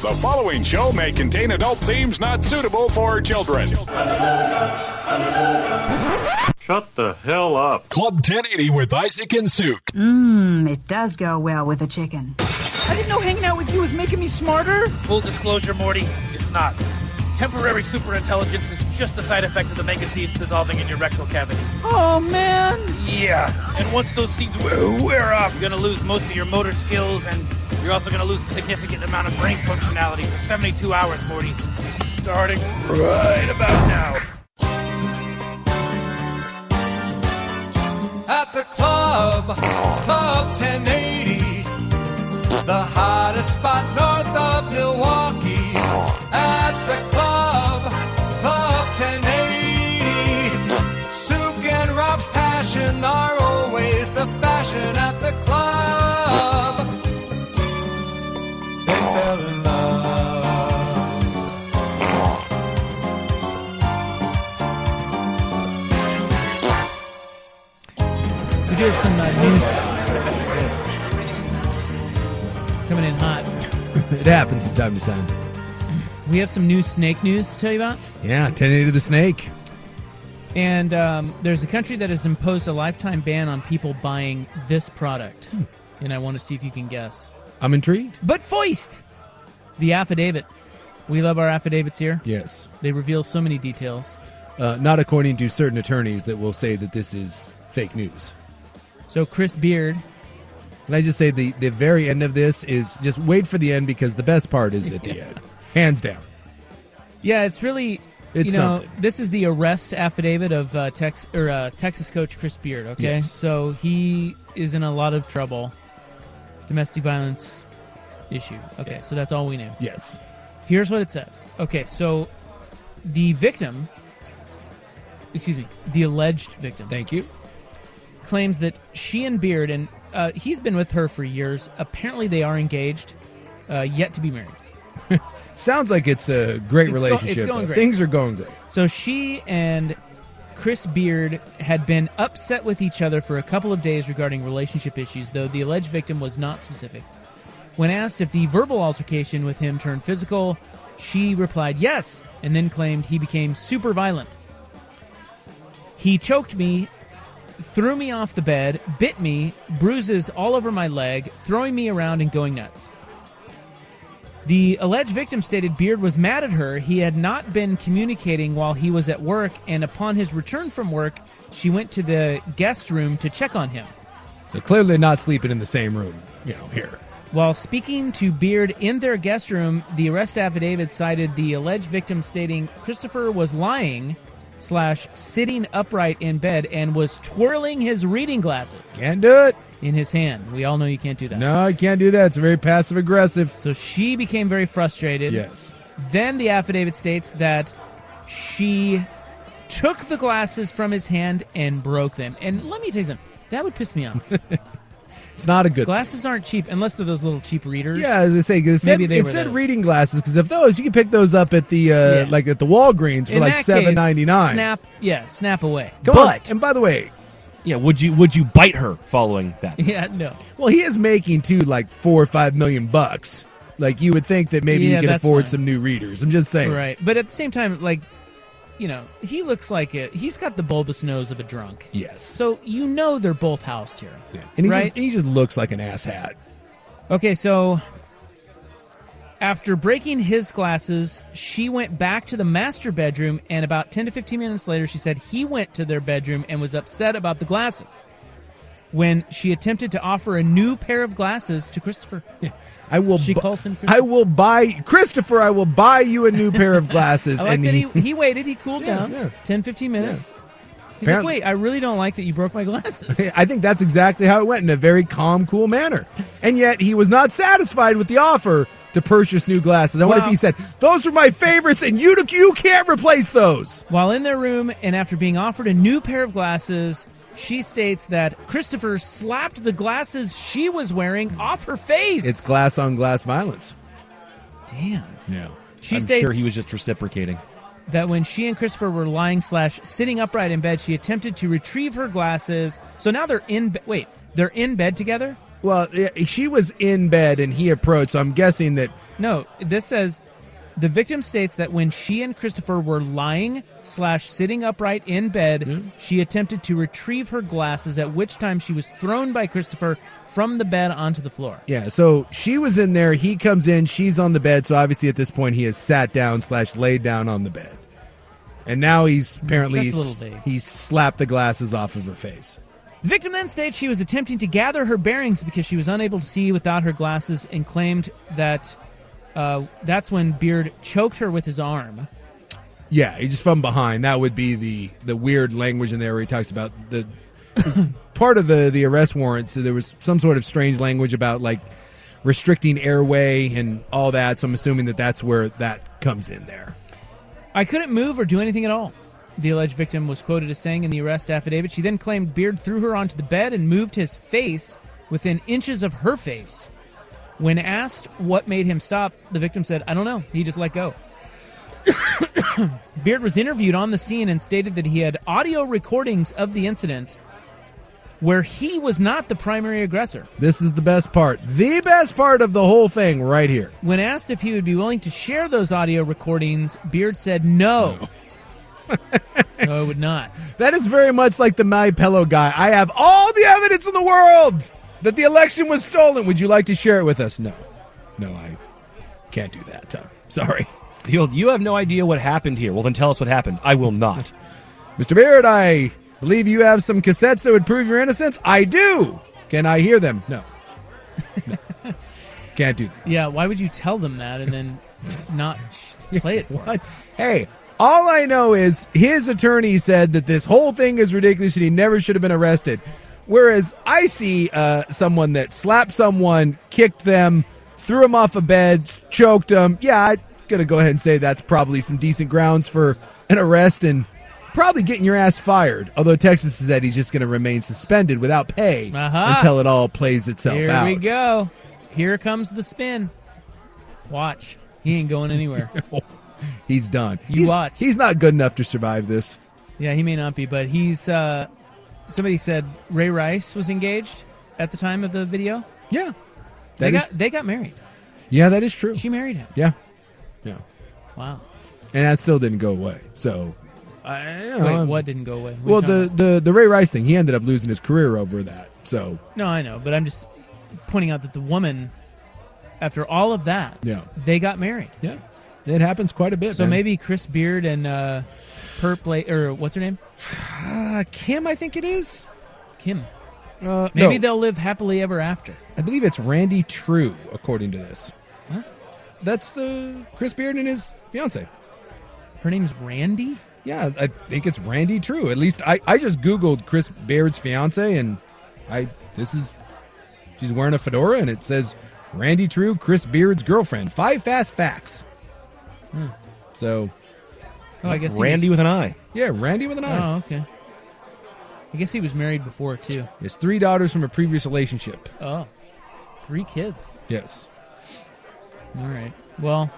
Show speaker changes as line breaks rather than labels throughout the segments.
The following show may contain adult themes not suitable for children.
Shut the hell up.
Club 1080 with Isaac and Suk.
Mmm, it does go well with a chicken.
I didn't know hanging out with you was making me smarter.
Full disclosure, Morty, it's not. Temporary superintelligence is just a side effect of the mega seeds dissolving in your rectal cavity.
Oh, man.
Yeah, and once those seeds wear, wear off, you're going to lose most of your motor skills, and you're also going to lose a significant amount of brain functionality for 72 hours, Morty. Starting right about now.
At the club, Club 1080, the hottest spot north of Milwaukee. At the club, Club 1080, Souk and Rob's passion are always the fashion at the club. They fell in love.
We do have some uh, news coming in hot.
it happens from time to time.
We have some new snake news to tell you about.
Yeah, 1080 to the snake.
And um, there's a country that has imposed a lifetime ban on people buying this product. And I want to see if you can guess.
I'm intrigued.
But Foist! The affidavit. We love our affidavits here.
Yes.
They reveal so many details.
Uh, not according to certain attorneys that will say that this is fake news.
So Chris Beard,
Can I just say the, the very end of this is just wait for the end because the best part is at the end. Hands down.
Yeah, it's really.
It's
you know,
something.
this is the arrest affidavit of uh, Tex or uh, Texas coach Chris Beard. Okay,
Yes.
so he is in a lot of trouble, domestic violence issue. Okay, so that's all we knew.
Yes.
Here's what it says. Okay, so the victim, excuse me, the alleged victim,
Thank you.
claims that she and Beard and uh, he's been with her for years. Apparently, they are engaged, uh, yet to be married.
Sounds like it's a great
It's go-
relationship.
it's going
though.
great.
Things are going great.
So she and Chris Beard had been upset with each other for a couple of days regarding relationship issues, though the alleged victim was not specific. When asked if the verbal altercation with him turned physical, she replied yes, and then claimed he became super violent. He choked me, threw me off the bed, bit me, bruises all over my leg, throwing me around and going nuts. The alleged victim stated Beard was mad at her. He had not been communicating while he was at work, and upon his return from work, she went to the guest room to check on him.
So clearly not sleeping in the same room, you know, here.
While speaking to Beard in their guest room, the arrest affidavit cited the alleged victim stating Christopher was lying slash sitting upright in bed and was twirling his reading glasses
Can't do it.
in his hand. We all know you can't do that.
No, I can't do that. It's very passive aggressive.
So she became very frustrated.
Yes.
Then the affidavit states that she took the glasses from his hand and broke them. And let me tell you something. That would piss me off.
It's not a good
glasses aren't cheap unless they're those little cheap readers.
Yeah, as I say, 'cause it said,
Maybe they
it
were
said
those.
reading glasses because if those, you can pick those up at the uh,
Yeah.
like at the Walgreens for
In
like
that
seven
case,
ninety nine.
Snap, yeah, snap away.
But-
and by the way,
Yeah, would you would you bite her following that?
Yeah, no.
well, he is making too like four or five million bucks. Like you would think that maybe
Yeah,
he could
that's
afford
fine.
some new readers. I'm just saying.
Right. But at the same time, like, you know, he looks like a, he's got the bulbous nose of a drunk.
Yes.
So you know they're both housed here.
And he
right?
just he just looks like an asshat.
Okay, so After breaking his glasses, she went back to the master bedroom, and about 10 to 15 minutes later, she said he went to their bedroom and was upset about the glasses. When she attempted to offer a new pair of glasses to Christopher,
I will.
She
bu-
calls him Christopher.
I will buy Christopher. I will buy you a new pair of glasses.
I like
and
that
he,
he, he waited, he cooled
Yeah,
down
yeah.
10, 15 minutes. He's
Apparently-
like, wait, I really don't like that you broke my glasses.
I think that's exactly how it went in a very calm, cool manner. And yet he was not satisfied with the offer to purchase new glasses. I wonder if
Wow.
he said, "Those are my favorites, and you you can't replace those."
While in their room and after being offered a new pair of glasses, she states that Christopher slapped the glasses she was wearing off her face.
It's glass on glass violence.
Damn.
Yeah.
She
I'm
states
sure he was just reciprocating.
that when she and Christopher were lying slash sitting upright in bed, she attempted to retrieve her glasses. So now they're in bed. Wait, they're in bed together?
Well, yeah, she was in bed and he approached. So I'm guessing that
No, this says the victim states that when she and Christopher were lying slash sitting upright in bed, she attempted to retrieve her glasses, at which time she was thrown by Christopher from the bed onto the floor.
Yeah, so she was in there. He comes in. She's on the bed. So obviously, at this point, he has sat down slash laid down on the bed, and now he's apparently
That's a little
he's-
vague.
he slapped the glasses off of her face.
The victim then states she was attempting to gather her bearings because she was unable to see without her glasses and claimed that uh, that's when Beard choked her with his arm.
Yeah, he just from behind. That would be the the weird language in there where he talks about the part of the the arrest warrant. So there was some sort of strange language about like restricting airway and all that. So I'm assuming that that's where that comes in there.
I couldn't move or do anything at all. The alleged victim was quoted as saying in the arrest affidavit, she then claimed Beard threw her onto the bed and moved his face within inches of her face. When asked what made him stop, the victim said, I don't know. He just let go. Beard was interviewed on the scene and stated that he had audio recordings of the incident where he was not the primary aggressor.
This is the best part. The best part of the whole thing right here.
When asked if he would be willing to share those audio recordings, Beard said no. no, I would not.
That is very much like the My Pillow guy. I have all the evidence in the world that the election was stolen. Would you like to share it with us? No. No, I can't do that. Tom. sorry.
The old, you have no idea what happened here. Well, then tell us what happened. I will not.
Mr. Beard, I believe you have some cassettes that would prove your innocence. I do. Can I hear them? No. No. can't do that.
Yeah, why would you tell them that and then not sh- play it for them?
What? Hey, all I know is his attorney said that this whole thing is ridiculous and he never should have been arrested. Whereas I see uh, someone that slapped someone, kicked them, threw them off a bed, choked them. Yeah, I'm going to go ahead and say that's probably some decent grounds for an arrest and probably getting your ass fired. Although Texas said he's just going to remain suspended without pay
Uh-huh.
until it all plays itself
Here
out.
we go. Here comes the spin. Watch. He ain't going anywhere.
He's done.
You
he's,
watch.
He's not good enough to survive this.
yeah, he may not be, but he's. Uh, somebody said Ray Rice was engaged at the time of the video.
Yeah.
They
That is-
got they got married.
yeah, that is true.
She married him.
Yeah, yeah,
Wow.
and that still didn't go away. So, I, you know,
Wait,
I'm-
what didn't go away? What are you
Well,
talking
the,
about?
the the Ray Rice thing, he ended up losing his career over that. So,
no, I know, but I'm just pointing out that the woman, after all of that,
Yeah.
they got married.
yeah, it happens quite a bit.
So
man.
maybe Chris Beard and uh, Perp, Bla- or what's her name?
uh, Kim, I think it is.
Kim.
Uh, no,
Maybe they'll live happily ever after.
I believe it's Randy True, according to this.
What?
That's the Chris Beard and his fiance.
Her name's Randy?
Yeah, I think it's Randy True. At least I, I just googled Chris Beard's fiance, and I this is she's wearing a fedora, and it says Randy True, Chris Beard's girlfriend. Five fast facts. So
Hmm. Oh, I guess he
Randy
was-
with an eye.
yeah, Randy with an I.
Oh, okay. I guess he was married before too.
His three daughters from a previous relationship.
Oh, three kids.
Yes,
All right. Well,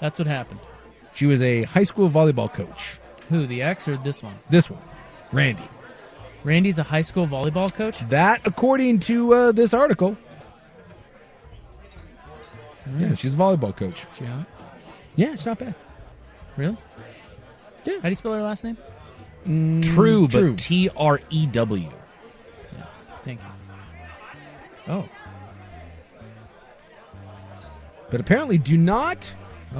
that's what happened.
she was a high school volleyball coach.
Who, the ex or this one?
This one, Randy.
Randy's a high school volleyball coach?
That according to uh, this article. Yeah, she's a volleyball coach.
Yeah.
Yeah, it's not bad.
Really?
Yeah.
How do you spell her last name?
True,
Mm, true.
but T R E W.
Thank you. Oh.
but apparently do not.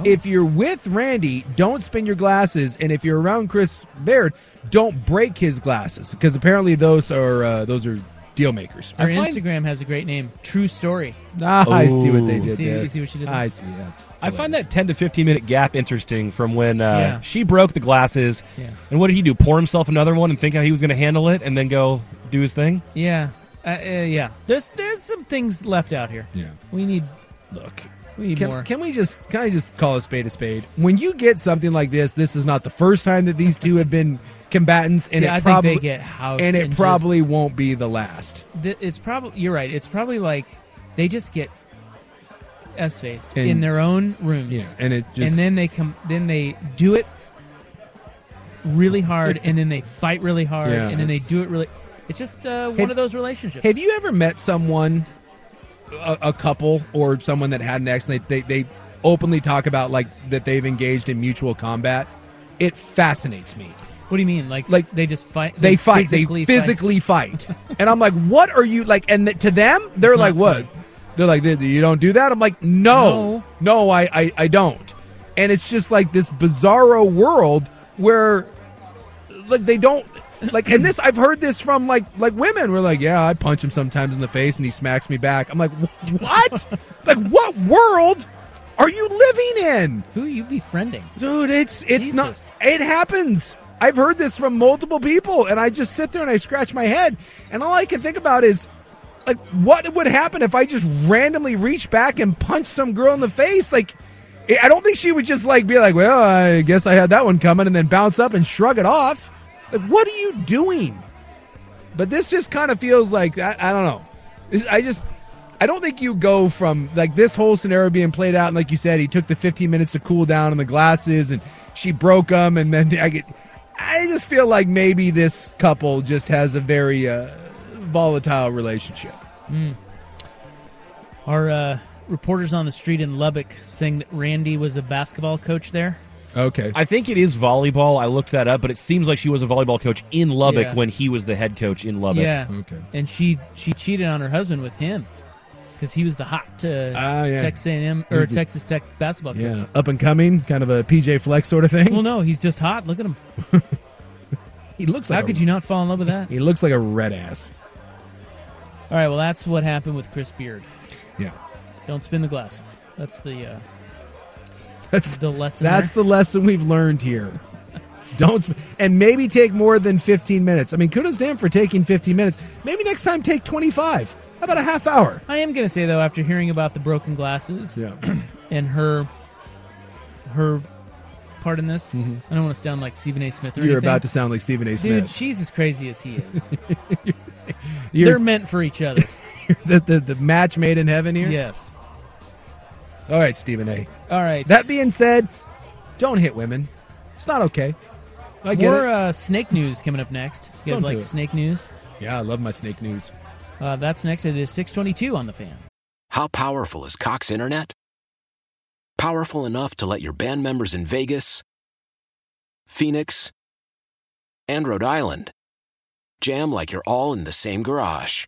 If you're with Randy, don't spin your glasses, and if you're around Chris Baird, don't break his glasses because apparently those are uh, those are deal makers.
Our Instagram has a great name. True story.
Ah, I see what they did
See,
there.
you see what she did there?
I see. That's
Oh. I find that 10 to 15 minute gap interesting from when uh,
Yeah.
she broke the glasses.
Yeah.
And what did he do? Pour himself another one and think how he was going to handle it and then go do his thing?
Yeah, uh, uh, yeah. There's there's some things left out here.
Yeah.
we need
look.
We need
can,
more.
can we just can I just call a spade a spade? When you get something like this, this is not the first time that these two have been combatants, and
See, I
it
think they
probably
get housed
and it
and
probably won't be the last.
Th- it's probably you're right. It's probably like they just get s faced
And-
in their own rooms.
Yeah, and it just-
and then they come then they do it really hard, and then they fight really hard,
Yeah,
and then they
it's-
do it really. It's just uh, one
Have-
of those relationships.
Have you ever met someone, a, a couple, or someone that had an ex, and they, they they openly talk about like that they've engaged in mutual combat? It fascinates me.
What do you mean? Like
Like,
they just fight?
They fight. they physically fight. and I'm like, what are you like? And th- to them, they're like, what? They're like, "Th- you don't do that. I'm like, no, no, I, I, I don't. And it's just like this bizarro world where, like, they don't like. And this, I've heard this from like like women. We're like, yeah, I punch him sometimes in the face, and he smacks me back. I'm like, "Wh- what? like, what world? Are you living in?
Who are you befriending?
Dude, it's it's not it happens. I've heard this from multiple people and I just sit there and I scratch my head and all I can think about is like what would happen if I just randomly reach back and punch some girl in the face? Like I- I don't think she would just like be like, "Well, I guess I had that one coming," and then bounce up and shrug it off. Like, what are you doing? But this just kind of feels like I, I don't know. This- I just I don't think you go from like this whole scenario being played out, and like you said, he took the 15 minutes to cool down on the glasses, and she broke them, and then I get. I just feel like maybe this couple just has a very uh, volatile relationship.
Mm. Our uh, reporters on the street in Lubbock saying that Randy was a basketball coach there.
Okay.
I think it is volleyball. I looked that up, but it seems like she was a volleyball coach in Lubbock
Yeah.
when he was the head coach in Lubbock.
Yeah. And she she cheated on her husband with him because he was the hot uh,
Ah, yeah.
Texas A&M or
He's the-
Texas Tech basketball coach.
Yeah, up and coming, kind of a PJ Flex sort of thing.
Well, no, he's just hot. Look at him.
he looks
How
like a-
could you not fall in love with that?
He looks like a red ass.
All right. Well, that's what happened with Chris Beard.
Yeah.
Don't spin the glasses. That's the uh,
That's
the lesson.
That's
there.
the lesson we've learned here. Don't sp- and maybe take more than 15 minutes. I mean, kudos to him for taking 15 minutes. Maybe next time take 25. How about a half hour?
I am gonna say though, after hearing about the broken glasses,
Yeah.
and her her part in this, I don't want to sound like Stephen A. Smith. Or
Mm-hmm. You're
anything.
about to sound like Stephen A.
Dude,
Smith.
she's as crazy as he is.
You're-
They're meant for each other.
the, the the match made in heaven here.
yes.
All right, Stephen A.
All right.
That being said, don't hit women. It's not okay. I get
More
it.
uh, snake news coming up next. You guys
Don't do
like
it.
snake news?
Yeah, I love my snake news.
Uh, that's next. It is 622 on the fan.
How powerful is Cox Internet? Powerful enough to let your band members in Vegas, Phoenix, and Rhode Island jam like you're all in the same garage.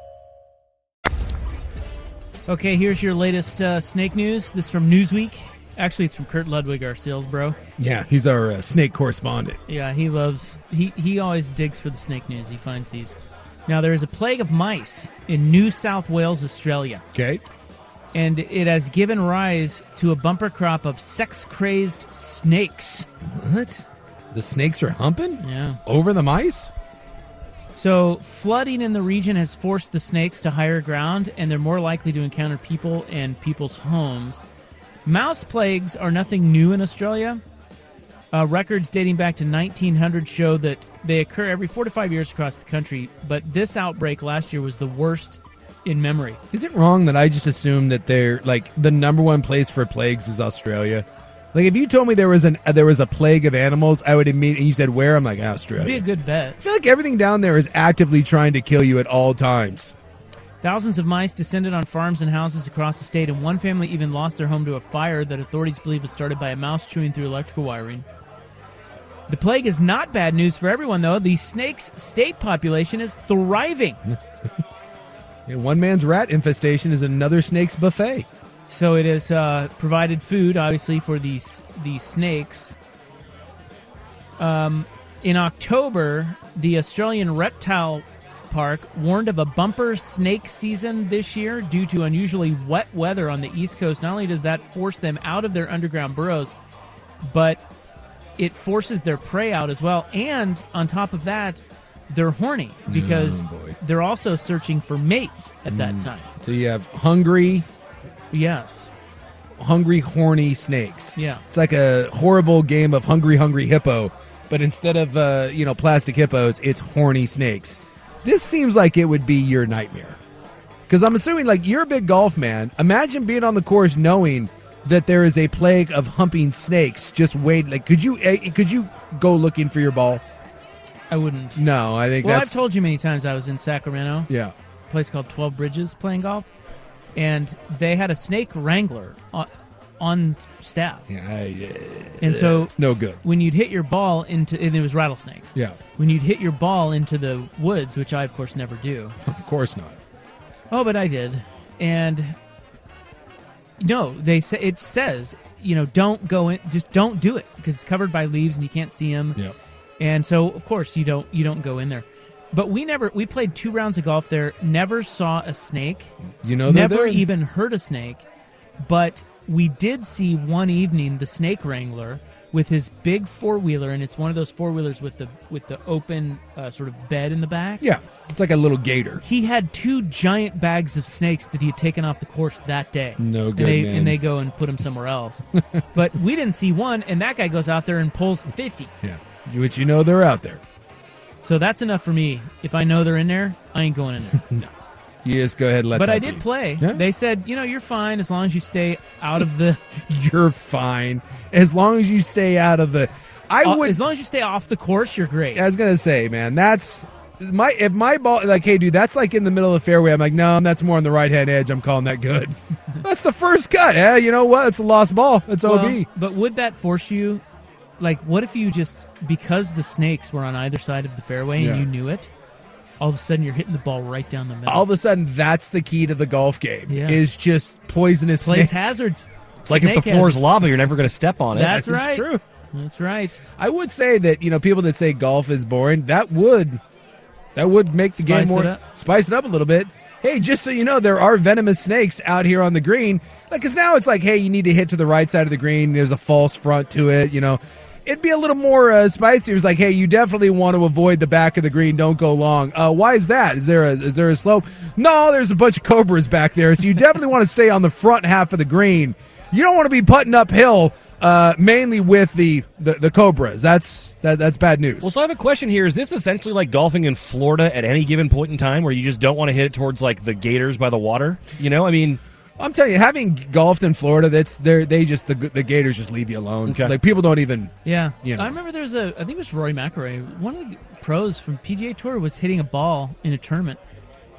Okay, here's your latest uh, snake news. This is from Newsweek. Actually, it's from Kurt Ludwig, our sales bro.
Yeah, he's our uh, snake correspondent.
Yeah, he loves. He he always digs for the snake news. He finds these. Now there is a plague of mice in New South Wales, Australia.
Okay.
And it has given rise to a bumper crop of sex-crazed snakes.
What? The snakes are humping?
Yeah.
Over the mice?
So, flooding in the region has forced the snakes to higher ground, and they're more likely to encounter people and people's homes. Mouse plagues are nothing new in Australia. Uh, records dating back to 1900 show that they occur every four to five years across the country, but this outbreak last year was the worst in memory.
Is it wrong that I just assume that they're like the number one place for plagues is Australia? Like if you told me there was an uh, there was a plague of animals, I would immediately. And you said where? I'm like ah, Australia.
It'd be a good bet.
I feel like everything down there is actively trying to kill you at all times.
Thousands of mice descended on farms and houses across the state, and one family even lost their home to a fire that authorities believe was started by a mouse chewing through electrical wiring. The plague is not bad news for everyone, though. The snake's state population is thriving.
And one man's rat infestation is another snake's buffet.
So it has uh, provided food, obviously, for these these snakes. Um, in October, the Australian Reptile Park warned of a bumper snake season this year due to unusually wet weather on the east coast. Not only does that force them out of their underground burrows, but it forces their prey out as well. And on top of that, they're horny because they're also searching for mates at that
Mm.
time.
So you have hungry,
Yes.
hungry, horny snakes.
Yeah.
It's like a horrible game of hungry, hungry hippo, but instead of uh, you know plastic hippos, it's horny snakes. This seems like it would be your nightmare, because I'm assuming like you're a big golf man. Imagine being on the course knowing that there is a plague of humping snakes just wait like could you eh, could you go looking for your ball
I wouldn't.
no i think
Well, I've
that's
told you many times I was in Sacramento.
Yeah.
A place called 12 Bridges playing golf. And they had a snake wrangler on, on staff.
Yeah,
and so
it's no good
When you'd hit your ball into, and it was rattlesnakes.
Yeah.
When you'd hit your ball into the woods, which I, of course, never do.
of course not
Oh, but I did. And no, they say it says, you know, don't go in, just don't do it because it's covered by leaves and you can't see them.
Yep.
And so, of course, you don't you don't go in there. But we never we played two rounds of golf there. Never saw a snake.
You know they're
never
there.
even heard a snake. But we did see one evening the snake wrangler with his big four wheeler, and it's one of those four wheelers with the with the open uh, sort of bed in the back.
yeah it's like a little gator
He had two giant bags of snakes that he had taken off the course that day.
No
And
good,
they,
man.
And they go and put them somewhere else. but we didn't see one, and that guy goes out there and pulls 50.
yeah which you know they're out there
So that's enough for me. If I know they're in there, I ain't going in there.
you just go ahead and let
but
that
I did
be.
play.
Yeah.
They said, you know, you're fine as long as you stay out of the.
you're fine as long as you stay out of the i
uh,
would
As long as you stay off the course, you're great.
I was gonna say, man, that's my if my ball like, hey, dude, that's like in the middle of the fairway. I'm like, no, that's more on the right hand edge. I'm calling that good. that's the first cut. Yeah, you know what? It's a lost ball. It's
Well,
OB.
But would that force you? Like, what if you just because the snakes were on either side of the fairway
Yeah.
and you knew it? All of a sudden, you're hitting the ball right down the middle.
All of a sudden, that's the key to the golf game.
Yeah.
Is just poisonous
Plays
snake.
hazards.
It's like if the
Snake
floor's
hazard.
lava, you're never going to step on it.
That's
It's
right.
true.
That's right.
I would say that you know people that say golf is boring. That would that would make the game
Spice
more
it up.
spice it up a little bit. Hey, just so you know, there are venomous snakes out here on the green. Like, cause now it's like, hey, you need to hit to the right side of the green. There's a false front to it. You know, it'd be a little more uh, spicy. It was like, hey, you definitely want to avoid the back of the green. Don't go long. Uh, why is that? Is there a is there a slope? No, there's a bunch of cobras back there. So you definitely want to stay on the front half of the green. You don't want to be putting uphill uh, mainly with the, the the Cobras. That's that, that's bad news.
Well, so I have a question here. Is this essentially like golfing in Florida at any given point in time where you just don't want to hit it towards like the gators by the water? You know, I mean,
I'm telling you, having golfed in Florida, that's they they just the, the Gators just leave you alone. Like people don't even
Yeah,
you know.
I remember there was a. I think it was Rory McIlroy. One of the pros from PGA Tour was hitting a ball in a tournament,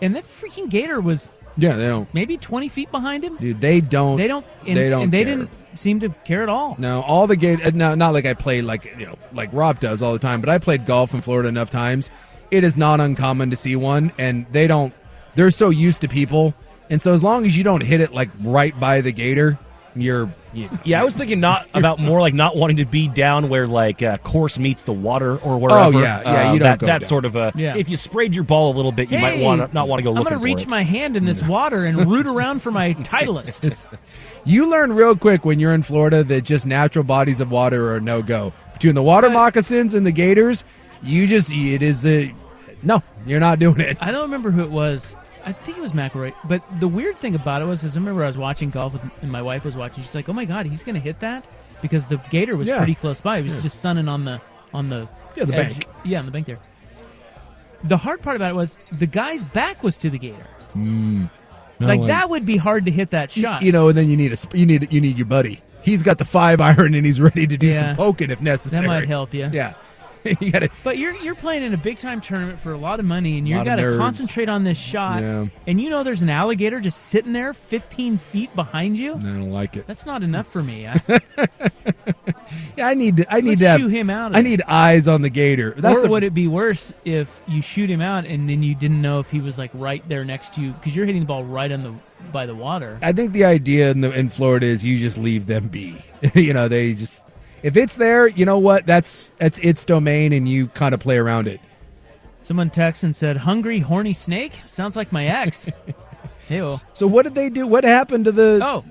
and that freaking gator was
yeah they don't
maybe twenty feet behind him.
dude they don't
They don't. And,
they don't
And they
care.
didn't seem to care at all.
No, all the gate. No, not like I play like you know like Rob does all the time. But I played golf in Florida enough times. It is not uncommon to see one, and they don't. They're so used to people, and so as long as you don't hit it like right by the gator, you're you,
yeah, I was thinking not about more like not wanting to be down where like uh, course meets the water or wherever.
Oh, yeah, yeah,
Uh,
you don't
that,
go
that
down.
sort of a.
Yeah.
If you sprayed your ball a little bit, you might
Hey,
want to not want to go
I'm
looking
gonna
for
reach
it.
my hand in this water and root around for my Titleist.
you learn real quick when you're in Florida that just natural bodies of water are no go. Between the water moccasins and the gators, you just it is a no. You're not doing it.
I don't remember who it was. I think it was McElroy. But the weird thing about it was, is I remember I was watching golf with, and my wife was watching. She's like, "Oh my god, he's going to hit that," because the gator was
Yeah.
pretty close by. He was
Yeah.
just sunning on the on the
Yeah, the
edge.
bank.
Yeah, on the bank there. The hard part about it was the guy's back was to the gator.
Mm, No
like
way.
that would be hard to hit that shot.
You know, and then you need a sp- you need you need your buddy. He's got the five iron and he's ready to do
Yeah.
some poking if necessary.
That might help you.
Yeah, you got to.
But you're you're playing in a big time tournament for a lot of money, and you
Lot of
got to
nerves.
concentrate on this shot.
Yeah.
And you know there's an alligator just sitting there, 15 feet behind you.
I don't like it.
That's not enough for me. I,
Yeah, I need to. I need
Let's
to have,
shoo him out of
I
it.
need eyes on the gator. That's
or
the,
would it be worse if you shoot him out and then you didn't know if he was like right there next to you because you're hitting the ball right on the by the water?
I think the idea in, the, in Florida is you just leave them be. you know, they just if it's there, you know what? That's that's its domain, and you kind of play around it.
Someone texted and said, "Hungry horny snake sounds like my ex." Ew.
So what did they do? What happened to the?
Oh,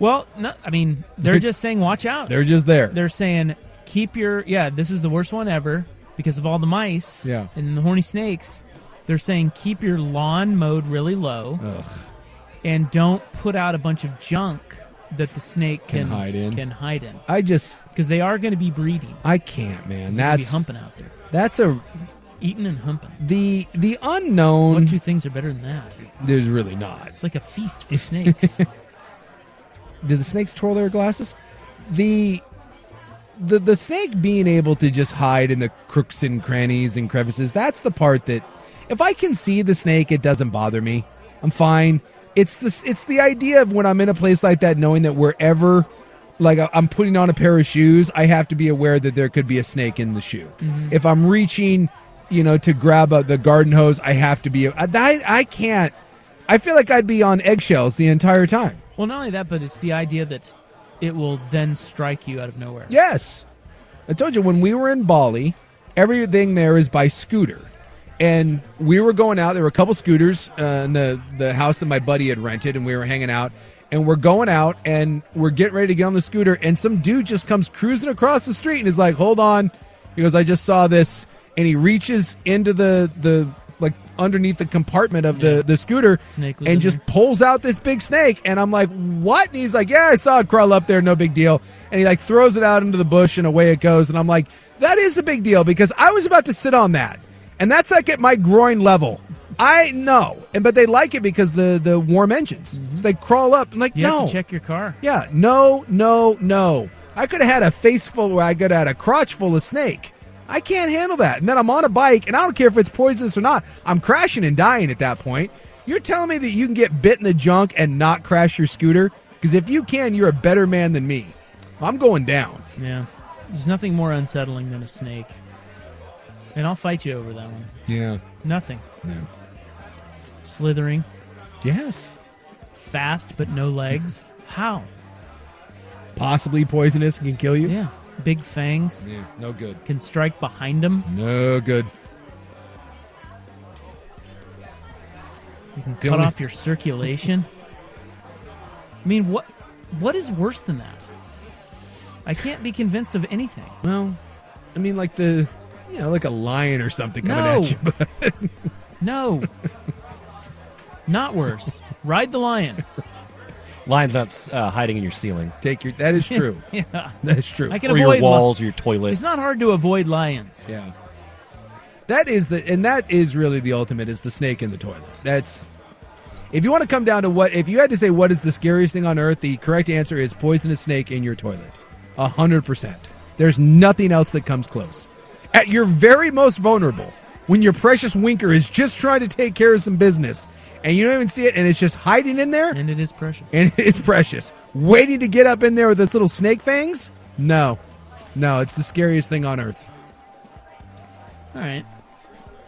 well, no. I mean, they're just saying, "Watch out."
They're just there.
They're saying, "Keep your yeah." This is the worst one ever because of all the mice.
Yeah.
and the horny snakes. They're saying, "Keep your lawn mowed really low,
Ugh.
and don't put out a bunch of junk that the snake
Can
can,
hide in.
Can hide in
I just
because they are going to be breeding.
I can't, man.
They're gonna
That's
be humping out there,
that's a
eating and humping.
the the unknown.
Two things are better than that.
There's really not.
It's like a feast for snakes.
Do the snakes twirl their glasses? The the the snake being able to just hide in the crooks and crannies and crevices, that's the part that if I can see the snake, it doesn't bother me. I'm fine. It's this it's the idea of when I'm in a place like that knowing that wherever like I- I'm putting on a pair of shoes, I have to be aware that there could be a snake in the shoe.
Mhm.
If I'm reaching, you know, to grab a, the garden hose, I have to be I, I I can't I feel like I'd be on eggshells the entire time.
well, not only that, but it's the idea that it will then strike you out of nowhere.
Yes. I told you when we were in Bali, everything there is by scooter. And we were going out. There were a couple scooters uh, in the, the house that my buddy had rented, and we were hanging out. And we're going out, and we're getting ready to get on the scooter. And some dude just comes cruising across the street and is like, "Hold on," he goes, "I just saw this," and he reaches into the the like underneath the compartment of the the scooter,
Snake was in
and just pulls out this big snake and i'm like what and he's like yeah i saw it crawl up there no big deal and he like throws it out into the bush and away it goes and i'm like that is a big deal because i was about to sit on that and that's like at my groin level i know and but they like it because the the warm engines so they crawl up and like
Mm-hmm. You
no
have to check your car.
yeah no no no i could have had a face full where i could have had a crotch full of snake i can't handle that and then i'm on a bike and i don't care if it's poisonous or not i'm crashing and dying at that point you're telling me that you can get bit in the junk and not crash your scooter because if you can you're a better man than me i'm going down
Yeah. There's nothing more unsettling than a snake. And I'll fight you over that one.
yeah
Nothing.
No.
Slithering,
yes
fast but no legs. How?
possibly poisonous and can kill you
yeah Big fangs.
Yeah, no good.
Can strike behind him.
no good
You can
The
cut
only-
off your circulation. I mean, what what is worse than that? I can't be convinced of anything.
well i mean like the you know like a lion or something coming
No.
at you but
No. Not worse. Ride the lion.
Line's not uh, hiding in your ceiling.
Take your. That is true.
yeah.
That is true.
I can
or
avoid
your
li-
walls, or your toilet.
It's not hard to avoid lions.
Yeah. That is the and that is really the ultimate is the snake in the toilet. That's if you want to come down to what if you had to say what is the scariest thing on earth, the correct answer is poisonous snake in your toilet. A hundred percent. There's nothing else that comes close. At your very most vulnerable, when your precious winker is just trying to take care of some business and you don't even see it and it's just hiding in there.
And it is precious.
And it is precious. Waiting to get up in there with its little snake fangs? No. No, it's the scariest thing on earth.
All right.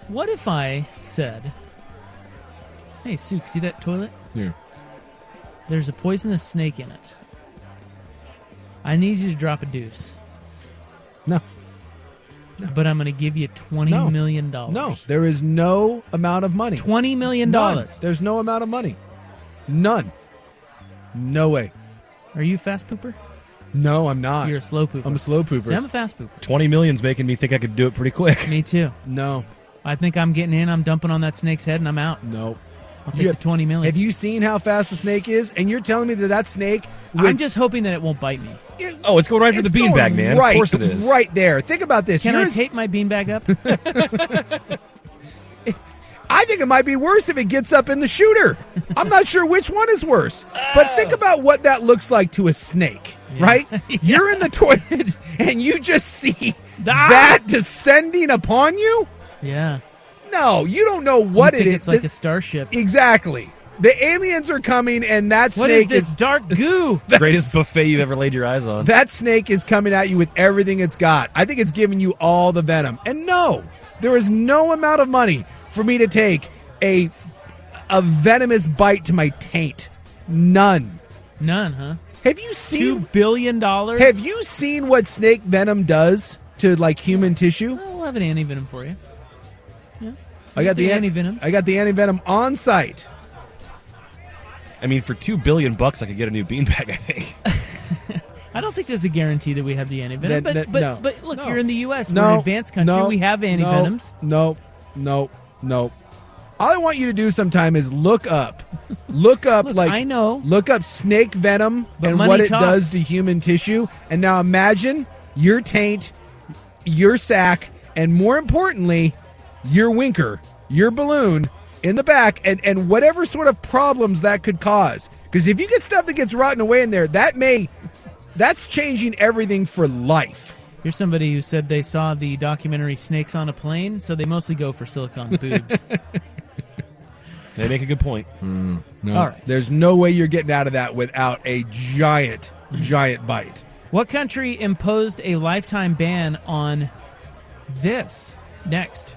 What if I said, "Hey, Sook, see that toilet?
Yeah.
There's a poisonous snake in it. I need you to drop a deuce."
No.
But I'm going to give you twenty
No.
million dollars.
No, there is no amount of money.
Twenty million
None.
dollars.
There's no amount of money. None. No way.
Are you a fast pooper?
No, I'm not.
You're a slow pooper.
I'm a slow pooper.
See, I'm a fast pooper.
Twenty million's making me think I could do it pretty quick.
Me too.
No.
I think I'm getting in. I'm dumping on that snake's head, and I'm out.
No.
I'll take the twenty million.
Have you seen how fast the snake is? And you're telling me that that snake?
I'm just hoping that it won't bite me.
Oh, it's going right for the
It's
beanbag,
going
man.
Right,
of course it is.
Right there. Think about this.
Can
You're
I
as-
tape my beanbag up?
I think it might be worse if it gets up in the shooter. I'm not sure which one is worse. But
Oh.
think about what that looks like to a snake, right? You're in the toilet and you just see that descending upon you?
yeah.
No, you don't know what
You
it
think
is.
It's like
The-
a starship.
exactly. The aliens are coming and that snake
What is this dark goo?
That's-
Greatest buffet you've ever laid your eyes on.
that snake is coming at you with everything it's got. I think it's giving you all the venom. And no, there is no amount of money for me to take a a venomous bite to my taint. None.
None, huh?
Have you seen
Two billion dollars?
Have you seen what snake venom does to like human tissue?
I'll have an anti venom for you. Yeah.
I got the
anti
anti
venom.
I got the anti venom on site.
I mean, for two billion bucks, I could get a new beanbag. I think.
I don't think there's a guarantee that we have the anti
That-
venom, but
that-
but,
no.
but look,
No.
you're in the U.S.
No,
We're an advanced country.
no,
we have anti venoms.
No, no, no, no. All I want you to do sometime is look up, look up like
I know.
look up snake venom
But
and
money
what it
talks.
does to human tissue. And now imagine your taint, your sack, and more importantly, your winker, your balloon in the back, and and whatever sort of problems that could cause. Because if you get stuff that gets rotten away in there, that may that's changing everything for life.
You're somebody who said they saw the documentary Snakes on a Plane, so they mostly go for silicon boobs.
They make a good point.
Mm, No.
All right.
There's no way you're getting out of that without a giant, giant bite.
What country imposed a lifetime ban on this? Next,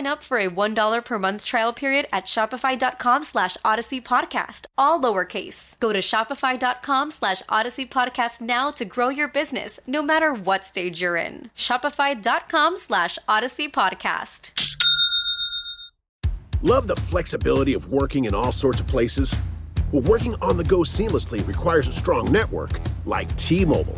up for a $1 per month trial period at shopify.com slash odyssey podcast, all lowercase. Go to shopify.com slash odyssey podcast now to grow your business, no matter what stage you're in. Shopify.com slash odyssey podcast.
Love the flexibility of working in all sorts of places? Well, working on the go seamlessly requires a strong network like T Mobile.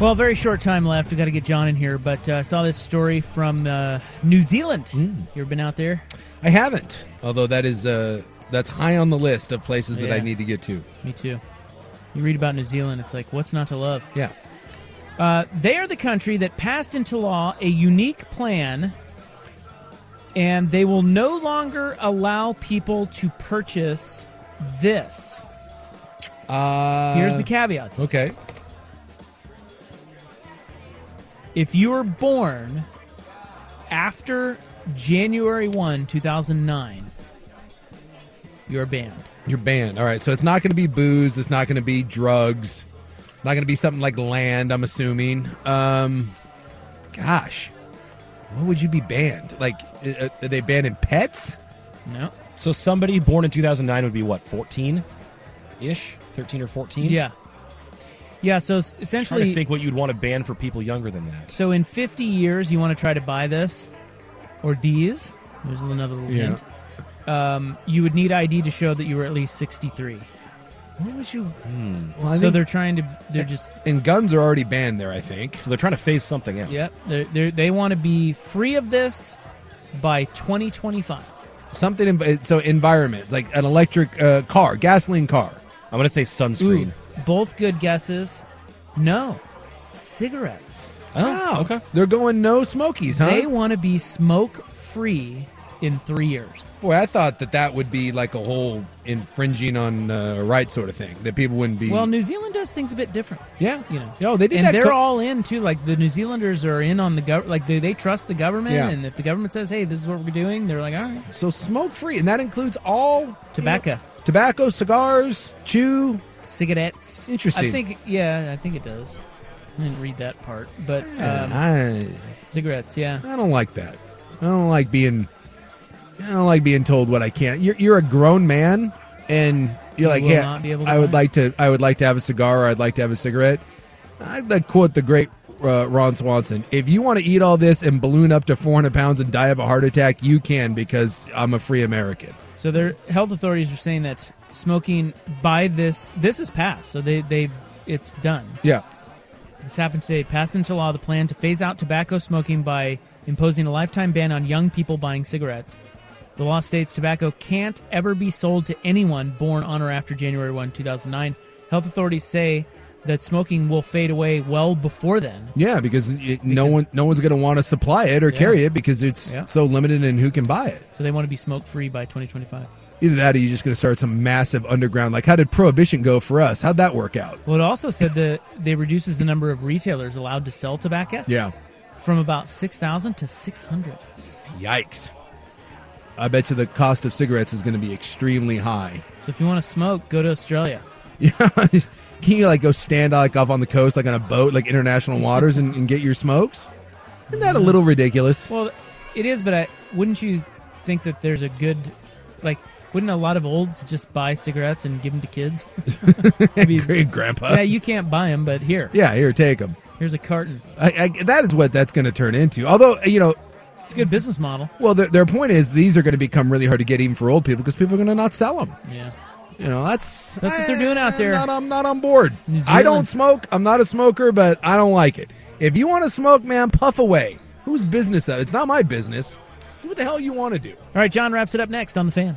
Well, very short time left. We've got to get John in here, but uh, I saw this story from uh, New Zealand. You ever been out there?
Hmm. I haven't, although that is uh, that's high on the list of places that I
Yeah.
need to get to.
Me too. You read about New Zealand, it's like, what's not to love?
Yeah.
Uh, they are the country that passed into law a unique plan, and they will no longer allow people to purchase this.
Uh,
Here's the caveat
Okay.
if you were born after January 1, 2009, you're banned.
You're banned. All right. So it's not going to be booze. It's not going to be drugs. Not going to be something like land. I'm assuming. Um, gosh, what would you be banned? Like, i- uh, are they banning pets?
No.
So somebody born in 2009 would be what, 14 ish? 13 or 14?
Yeah. Yeah, so s-
Trying to
essentially,
think what you'd want to ban for people younger than that.
so in 50 years, you want to try to buy this or these. There's another little
Yeah.
hint. Um, you would need ID to show that you were at least 63.
What would you?
Hmm.
Well, I So think- they're trying to. They're just.
And guns are already banned there. I think.
So they're trying to phase something out.
Yep, they're, they're, they want to be free of this by 2025.
Something. In, eh, so environment, like an electric uh, car, gasoline car.
I'm gonna say sunscreen.
Both good guesses. No, cigarettes.
Oh, okay. They're going no smokies, huh?
They want to be smoke free in three years.
Boy, I thought that that would be like a whole infringing on uh, right sort of thing that people wouldn't be.
Well, New Zealand does things a bit different.
yeah,
you know,
no, they did
and
that.
they're
co-
all in too. Like the New Zealanders are in on the government. Like they, they trust the government,
Yeah.
and if the government says, "Hey, this is what we're doing," they're like, "All right."
So smoke free, and that includes all
Tobacco.
tobacco, cigars, chew,
cigarettes.
Interesting.
I think, yeah, I think it does. I didn't read that part, but um,
I,
cigarettes, yeah.
I don't like that. I don't like being. I don't like being told what I can't. You're, you're a grown man, and you're
You
like,
will
yeah,
not be able to
I would
buy
like to. I would like to have a cigar. or I'd like to have a cigarette. I'd like to quote the great uh, Ron Swanson. If you want to eat all this and balloon up to 400 pounds and die of a heart attack, you can because I'm a free American.
So their health authorities are saying that smoking by this this is passed. So they they it's done.
Yeah.
This happened today. Passed into law the plan to phase out tobacco smoking by imposing a lifetime ban on young people buying cigarettes. The law states tobacco can't ever be sold to anyone born on or after January 1, 2009. Health authorities say that smoking will fade away well before then.
Yeah, because, it, no one no one's going to want to supply it or
Yeah.
carry it because it's
Yeah.
so limited and who can buy it.
So they want to be smoke free by 2025.
Either that or you're just going to start some massive underground. Like, how did prohibition go for us? How'd that work out?
Well, it also said that they reduces the number of retailers allowed to sell tobacco
Yeah.
from about 6,000 to 600.
Yikes. I bet you the cost of cigarettes is going to be extremely high.
So if you want to smoke, go to Australia.
Yeah. Can you like go stand like off on the coast, like on a boat, like international waters, and, and get your smokes? Isn't that a little ridiculous?
Well, it is, but I, wouldn't you think that there's a good, like, wouldn't a lot of olds just buy cigarettes and give them to kids?
Great grandpa.
Yeah, you can't buy them, but here,
Yeah, here, take them.
here's a carton.
I, I, that is what that's going to turn into. Although, you know,
It's a good business model.
well, their, their point is these are going to become really hard to get even for old people because people are going to not sell them.
Yeah.
You know, that's
That's what they're doing out there.
Not, I'm not on board.
New
I don't
Zealand.
smoke. I'm not a smoker, but I don't like it. If you want to smoke, man, puff away. Whose business? It's not my business. Do what the hell you want to do.
All right, John wraps it up next on the fan.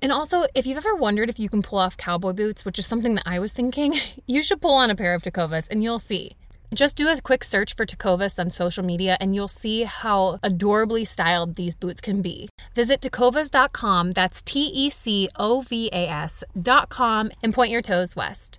And also, if you've ever wondered if you can pull off cowboy boots, which is something that I was thinking, you should pull on a pair of Tecovas and you'll see. Just do a quick search for Tecovas on social media and you'll see how adorably styled these boots can be. Visit tecovas.com, that's T E C O V A S.com, and point your toes west.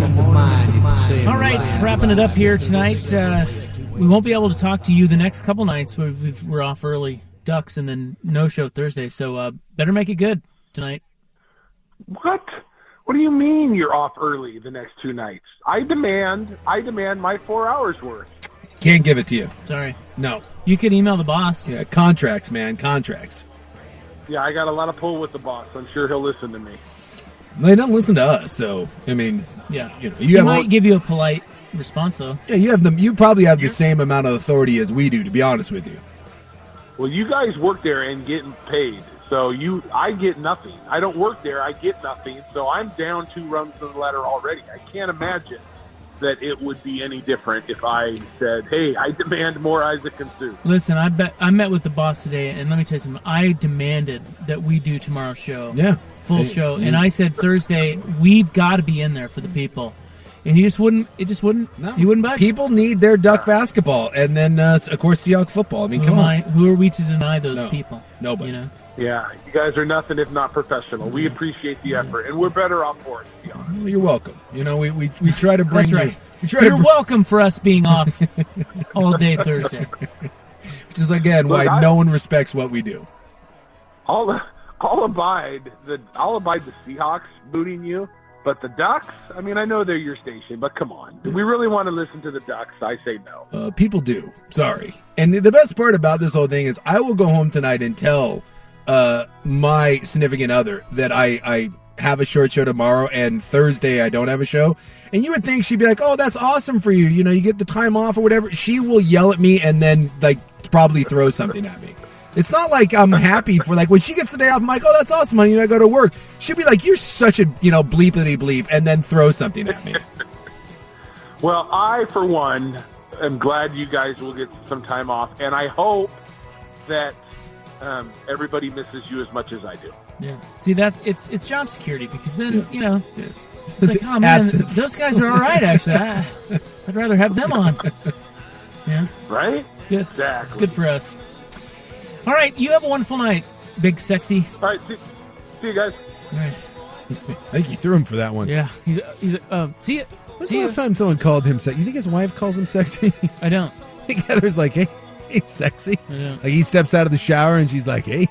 All right, wrapping it up here tonight. Uh, we won't be able to talk to you the next couple nights. we we've, we're off early, Ducks, and then no show Thursday. So uh, better make it good tonight.
What? What do you mean you're off early the next two nights? I demand, I demand my four hours worth.
Can't give it to you.
Sorry.
No.
You could email the boss.
Yeah, contracts, man, contracts.
Yeah, I got a lot of pull with the boss. I'm sure he'll listen to me.
They don't listen to us, Uh, so I mean,
Yeah.
you know,
He
you have
might
all-
give you a polite response, though.
yeah, you have the, you probably have the same amount of authority as we do, to be honest with you.
Well, you guys work there and get paid, so you, I get nothing. I don't work there. I get nothing. So I'm down two runs on the ladder already. I can't imagine that it would be any different if I said, "Hey, I demand more Isaac and Sue."
Listen, I bet I met with the boss today, and let me tell you something. I demanded that we do tomorrow's show.
Yeah.
full
Yeah,
show,
yeah.
and I said Thursday we've got to be in there for the people, and he just wouldn't. It just wouldn't. No, he wouldn't budge.
People need their duck basketball, and then uh, of course Seahawk football. I mean,
Who
come
am
on,
I- who are we to deny those
No.
people?
nobody.
You know,
Yeah, you guys are nothing if not professional. We appreciate the effort, and we're better off for it.
Well, you're welcome. You know, we, we, we try to bring
That's
you-
right.
We try to
You're
br-
welcome for us being off all day Thursday.
which is again
Look,
why
I-
no one respects what we do.
I'll I'll abide the I'll abide the Seahawks booting you, but the Ducks. I mean, I know they're your station, but come on, Do we really want to listen to the Ducks. I say no.
Uh, people do. Sorry. And the best part about this whole thing is I will go home tonight and tell uh, my significant other that I, I have a short show tomorrow and Thursday I don't have a show. And you would think she'd be like, oh, that's awesome for you. You know, you get the time off or whatever. She will yell at me and then, like, probably throw something at me. It's not like I'm happy for like when she gets the day off. I'm like, oh, that's awesome, honey. And I go to work. She'll be like, you're such a you know bleepity bleep, and then throw something at me.
Well, I for one am glad you guys will get some time off, and I hope that um, everybody misses you as much as I do.
Yeah. See that it's it's job security because then you know it's like oh man
Absence.
those guys are all right actually. Ah, I, I'd rather have them on. Yeah.
Right?
It's good.
Exactly.
It's good for us. All right, you have a wonderful night, big sexy.
All right, see, see you guys.
All right.
I think you threw him for that one.
Yeah. He's, he's, uh, see it.
When's
See
the
ya.
last time someone called him sexy? You think his wife calls him sexy?
I don't.
I think Heather's like, hey, he's sexy.
I know.
Like he steps out of the shower and she's like, hey.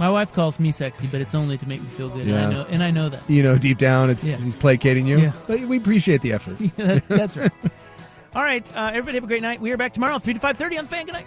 My wife calls me sexy, but it's only to make me feel good. And
Yeah.
I know, and I know that.
You know, deep down, it's
Yeah.
he's placating you.
Yeah.
But we appreciate the effort.
that's, that's right. All right, uh, everybody have a great night. We are back tomorrow, three to five thirty on Fan. Good night.